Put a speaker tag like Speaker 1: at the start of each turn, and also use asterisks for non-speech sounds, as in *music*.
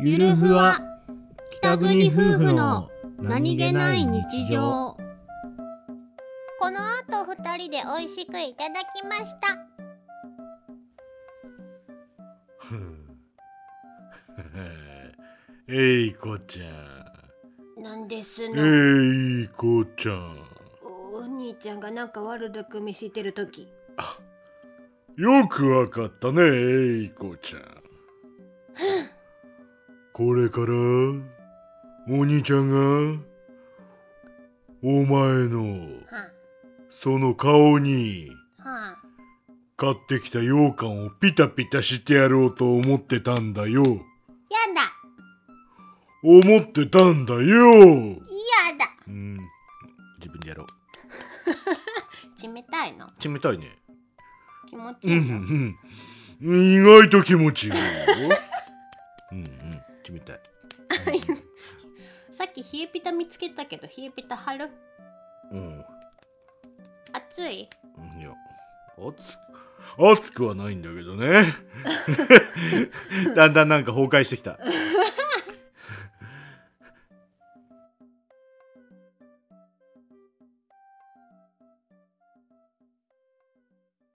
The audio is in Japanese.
Speaker 1: ゆるふわ北国夫婦の
Speaker 2: *laughs*
Speaker 3: この後二人で美味しくいただきました
Speaker 2: ふんえいこちゃ
Speaker 4: なんです
Speaker 2: ん
Speaker 4: の、
Speaker 2: えいこちゃん
Speaker 4: おお兄ちゃんがなんか悪巧みしてる時
Speaker 2: よくわかったねえいこ
Speaker 1: *laughs*
Speaker 2: ちゃんこれからお兄ちゃんがお前の
Speaker 4: は
Speaker 2: その顔に
Speaker 4: あはあ
Speaker 2: 買ってきた羊羹をピタピタしてやろうと思ってたんだよ
Speaker 3: やだ
Speaker 2: 思ってたんだよ、
Speaker 3: やだ
Speaker 2: うん、自分でやろう
Speaker 4: 冷たいの
Speaker 2: 冷たいね
Speaker 4: 気持ち
Speaker 2: う
Speaker 4: いいの、
Speaker 2: んうん、意外と気持ちいいよ。 *laughs* うんうん、冷たい。
Speaker 4: さっき冷えピタ見つけたけど冷えピタ貼る
Speaker 2: うん、
Speaker 4: 熱い
Speaker 2: いや、 *laughs* 熱く、熱くはないんだけどね。だんだんなんか崩壊してきた。